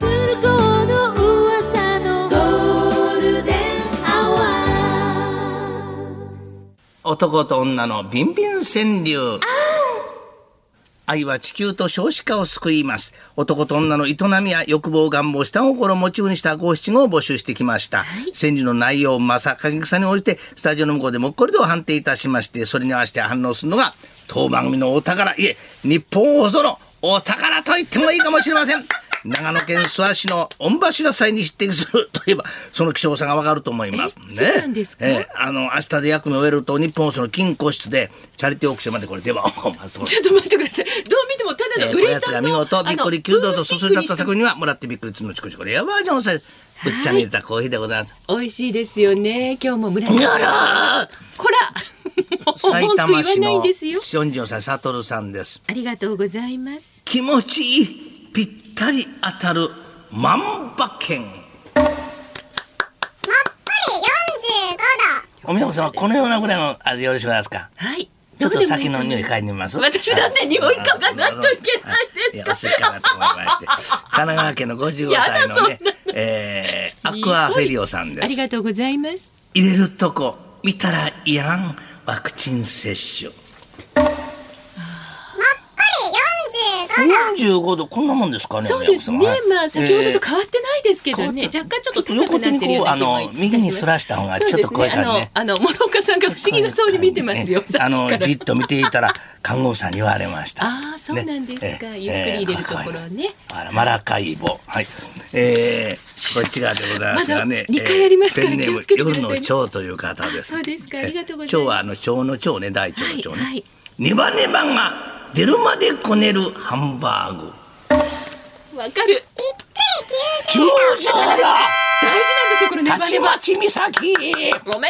男と女のビンビン川柳。愛は地球と少子化を救います。男と女の営みや欲望、願望、下心をモチーフにした五七五を募集してきました。川柳の内容、まさ、かげ草に応じて、スタジオの向こうでもっこりと判定いたしまして、それに合わせて反応するのが、当番組のお宝、いえ、日本ほどのお宝と言ってもいいかもしれ ません。長野県諏訪市の御柱祭に匹敵するといえば、その希少さがわかると思います。えそうなんですかええあの、明日で役目を終えると、日本放送の金庫室で、チャリティーオークションまでこれ出番を待つところ ちょっと待ってください。どう見てもただえのー、ウおレやつタがンの、見事びっくりキュートとそすり立った作品。品にはもらってびっくりつのちこちこれやばーじゃんさぶっちゃんに入れたコーヒーでございます。美味しいですよね。今日も村に井ゃさん。らーこら埼文句言玉わ市ないのんです よ。四音さん悟さんです。ありがとうございます。気持ちいいぴったり当たる万馬券。まっぱり45度。お宮本様このようなぐらいのあれでよろしくお願いしますか。はい。ちょっどうでともいい先の匂い嗅いでみます。私だって匂い嗅がないといけないいでや、すか薄いかなと思いまして。神奈川県の55歳のね、えー、アクアフェリオさんであすり。がとうございます。入れるとこ見たらいやんワクチン接種まっぱり45度。 45度こんなもんですかねそうですね宮本さん。まあ先ほどとえー変わってないですけどね。えー若干ちょっと横高く手なにってるよこううなあ気もいたしまのす右にすらした方がちょっと声がねそうですあの、あの諸岡さんが不思議なそうに見てますよ。ええあのさっきからじっと見ていたら看護婦さんに言われました。ああそうなんですかねゆっくり入れるところねええあらマラカイボはい、えー、こっち側でございますがね。まだ2回ありますからペンネーム気をつけてくださ夜いねの蝶という方です。あそうですかありがとうございますええ蝶はあの蝶の蝶ね大腸の蝶ね。はいはいネバネバが出るまでこねるハンバーグ。わかる。球場大事なんだ。ですよこのネバたネちバ。まち岬。でおめでとうござ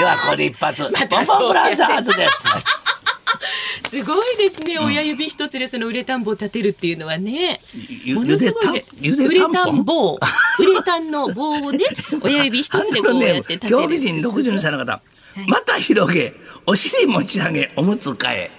いはます。これで一発。ボンまボたンブラザーズです。すごいですね、親指一つでそのウレタン棒立てるっていうのはねゆ。ものすごいねゆでたんウレタゆでたんぽんン棒、ウレタンの棒を ね、親指一ハつンでドこルうネーやっムて立てる。競技人62歳の方、また広げお尻持ち上げおむつ替え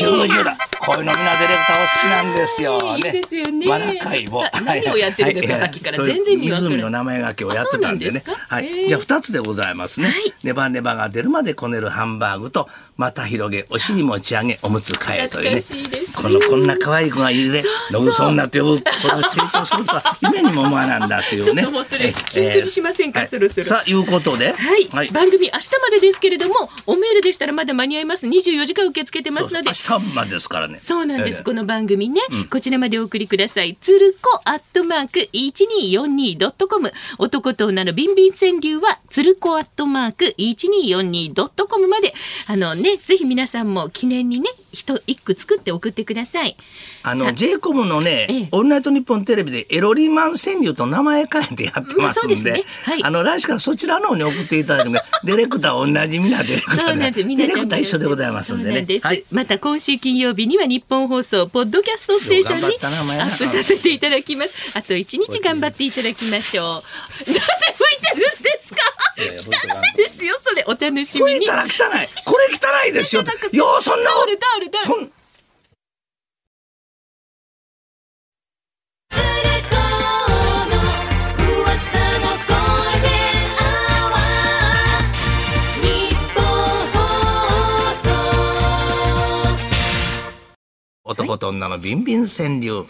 90だこういうのみんなディレクターお好きなんですよねいいですよねわらかいぼな何をやってるんですかさっきからそういう全然意味わからない湖の名前が今日やってたんでねあそうなんですかはへいえじゃあ二つでございますね、はいネバネバが出るまでこねるハンバーグとまた広げお尻持ち上げおむつ替えというね懐かしいですこのこんな可愛い子がいるねそノうブソンなと呼ぶこれを成長するとは夢にも思わなんだというね ちょっともうそれ禁句にしませんかええそろそろさあいうことではい、番組明日までですけれども、おメールでしたらまだ間に合います。24時間受け付けてまそうすのそうで明。日までですからねそうなんです、ええこの番組ね、こちらまでお送りくださいつるこアットマーク 1242.com 男と女のビンビン川柳はつるこアットマーク 1242.com まであのねぜひ皆さんも記念にね一一句作って送ってくださいあさの J コムのね、ええオールナイトニッポンテレビでエロリマン川柳と名前変えてやってますんで,、うんそうですねはいあの来週からそちらの方に送っていただいて もディレクターは同じみんなディレクタそうなんーで。ですみデんなィレクター一緒でございますんでそうねなですはい、また今週金曜日には日本放送ポッドキャストステーションによう頑張ったなお前なアップさせていただき ます。あと一日頑張っていただきましょ う。なんで吹いてるんですか。いやいや吹いてない汚いですよ。それお楽しみ吹いに。たら汚いこれ汚いです よじゃなくてようそんなタこオルタオルタオルとそん男と女のビンビン川柳。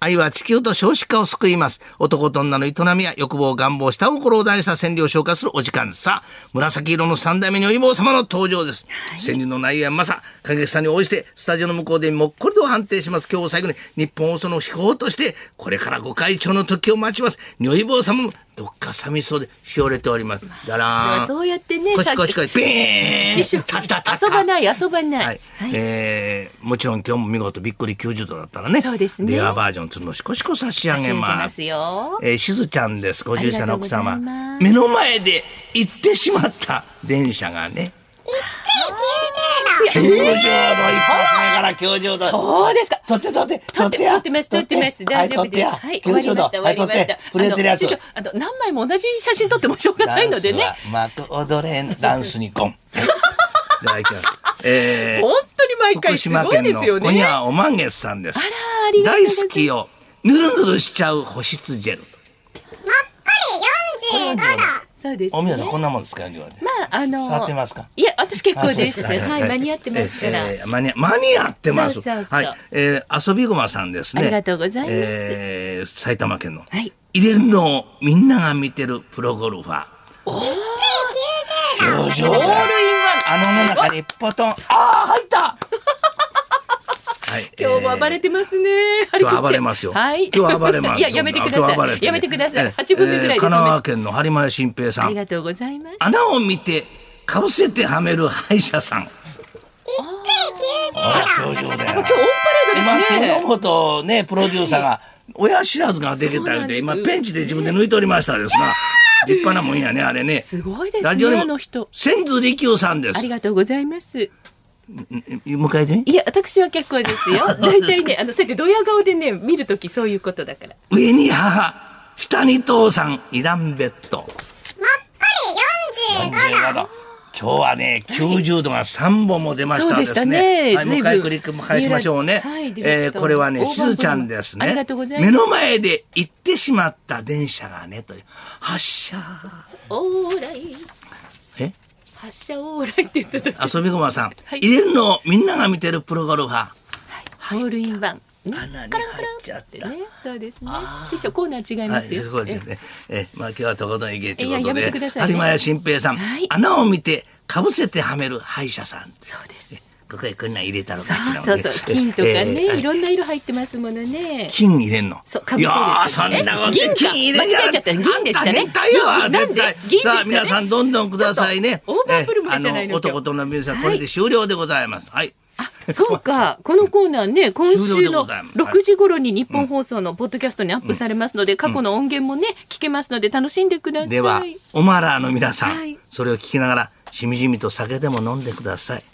愛は地球と少子化を救います。男と女の営みや欲望、願望、下心を題した川柳を紹介するお時間。さあ、紫色の三代目女房様の登場です。川柳の内容はまさ、影げさに応じて、スタジオの向こうでもっこりと判定します。今日を最後に、日本放送の秘宝として、これからご会長の時を待ちます。女房様も、どっか寂しそうで、しおれております。だらーん。そうやってね、こしさこしこし、ビーン師匠たたたた遊ばない遊ばない。はい、えーもちろん今日も見事びっくり90度だったらね。そうですねレアバージョンつるのしこしこ差し上教えげてま。ますすよ。えーしずちゃんです。50歳の奥あ様りがとうございま。す目の前で行ってしまった電車がね。90度一発目から90度。そうですか。取って取って撮取っっててや撮ってます撮ってます大丈夫ですははいい終取わってりや90ました終わり度ましはたい取って震えてるやつあの師匠あの何枚も同じ写真撮ってもしょうがないのでねダンスはまく踊れんダンスにコン はいではいきますえー本当に毎福回す島ごい県ですのよコねニャおまんげさんです。ありがとう大ございます好きよ。ぬるぬるしちゃう保湿ジェル。まっぱり45度。そうですねおみやさんこんなもんですか今までまああの触ってますかいや私結構ですあそうかはい間に合ってますから、えーえー間に合間に合ってます。そうそうそうはい、えー、遊び駒さんですね。ありがとうございますえー埼玉県の。はい入れるのをみんなが見てるプロゴルファー。おお。上オールイン々ワだ。あの中にポトン。ああ 入った。はい。ン今日も暴れてますね、張り切今って日暴れますよ。はい今日暴れます。いややめてくだ今さ日暴れいやめてくださえいー八分目ぐらいえーで神ごめん奈川県の播磨新平さありん。がとうございます穴を見てかぶせてはめる歯医者さん。あら上々だよ今。日オンパレードですね今手のことねプロデューサーが親知らずができたんでそうな今んですペンチで自分で抜いておりましたですが立派なもんやねあれねすごいですねラジオネあーのム人千鶴利休さんですありがとうございます。迎えてみいや、私は結構です よ。大体ね、あの、そうやってドヤ顔でね、見るときそういうことだから。上に母下に父さんイランベッドり45度今日はね90度が3本も出ましたですね。そうでしたねはい、随もう一分回クリックも返しましょうね。はいディレえクターーこれはね大し盤振る舞いずちゃんですね。ありがとうございます目の前で行ってしまった電車がねという発車オーライ、え発射オーライって言った時、遊び駒さん、はい入れるのをみんなが見てるプロゴルファーホールインワン。ね穴にカランカ入ラっちゃっンたってね、そうですね。師匠、コーナー違いはまい、すよ。そうですね。え、まあ今日はとことん行けといういやことやで、めてくださいね有馬屋新平さん、はい穴を見てかぶせてはめる歯医者さん。そうです。ここへこんなん入れたのそかうそうそう、 金とかえーね、いろんな色入ってますものね。金入れんの。そうかぶいせるやーそんなことえ銀か金入れ間違えちゃった銀でしたねあんた変態やわ銀なん絶で対銀でしたねさあ皆さんどんどんくださいね。ちょっとオーバープルえムじゃないの今あ日男との皆さんこれで終了でございます。はい。そうか、このコーナーね、今 終了週でごのざいますはい6時頃に日本放送のポッドキャストにアップされますので、過去の音源もね、聞けますので楽しんでください。では、オマラーの皆さん、はいそれを聞きながらしみじみと酒でも飲んでください。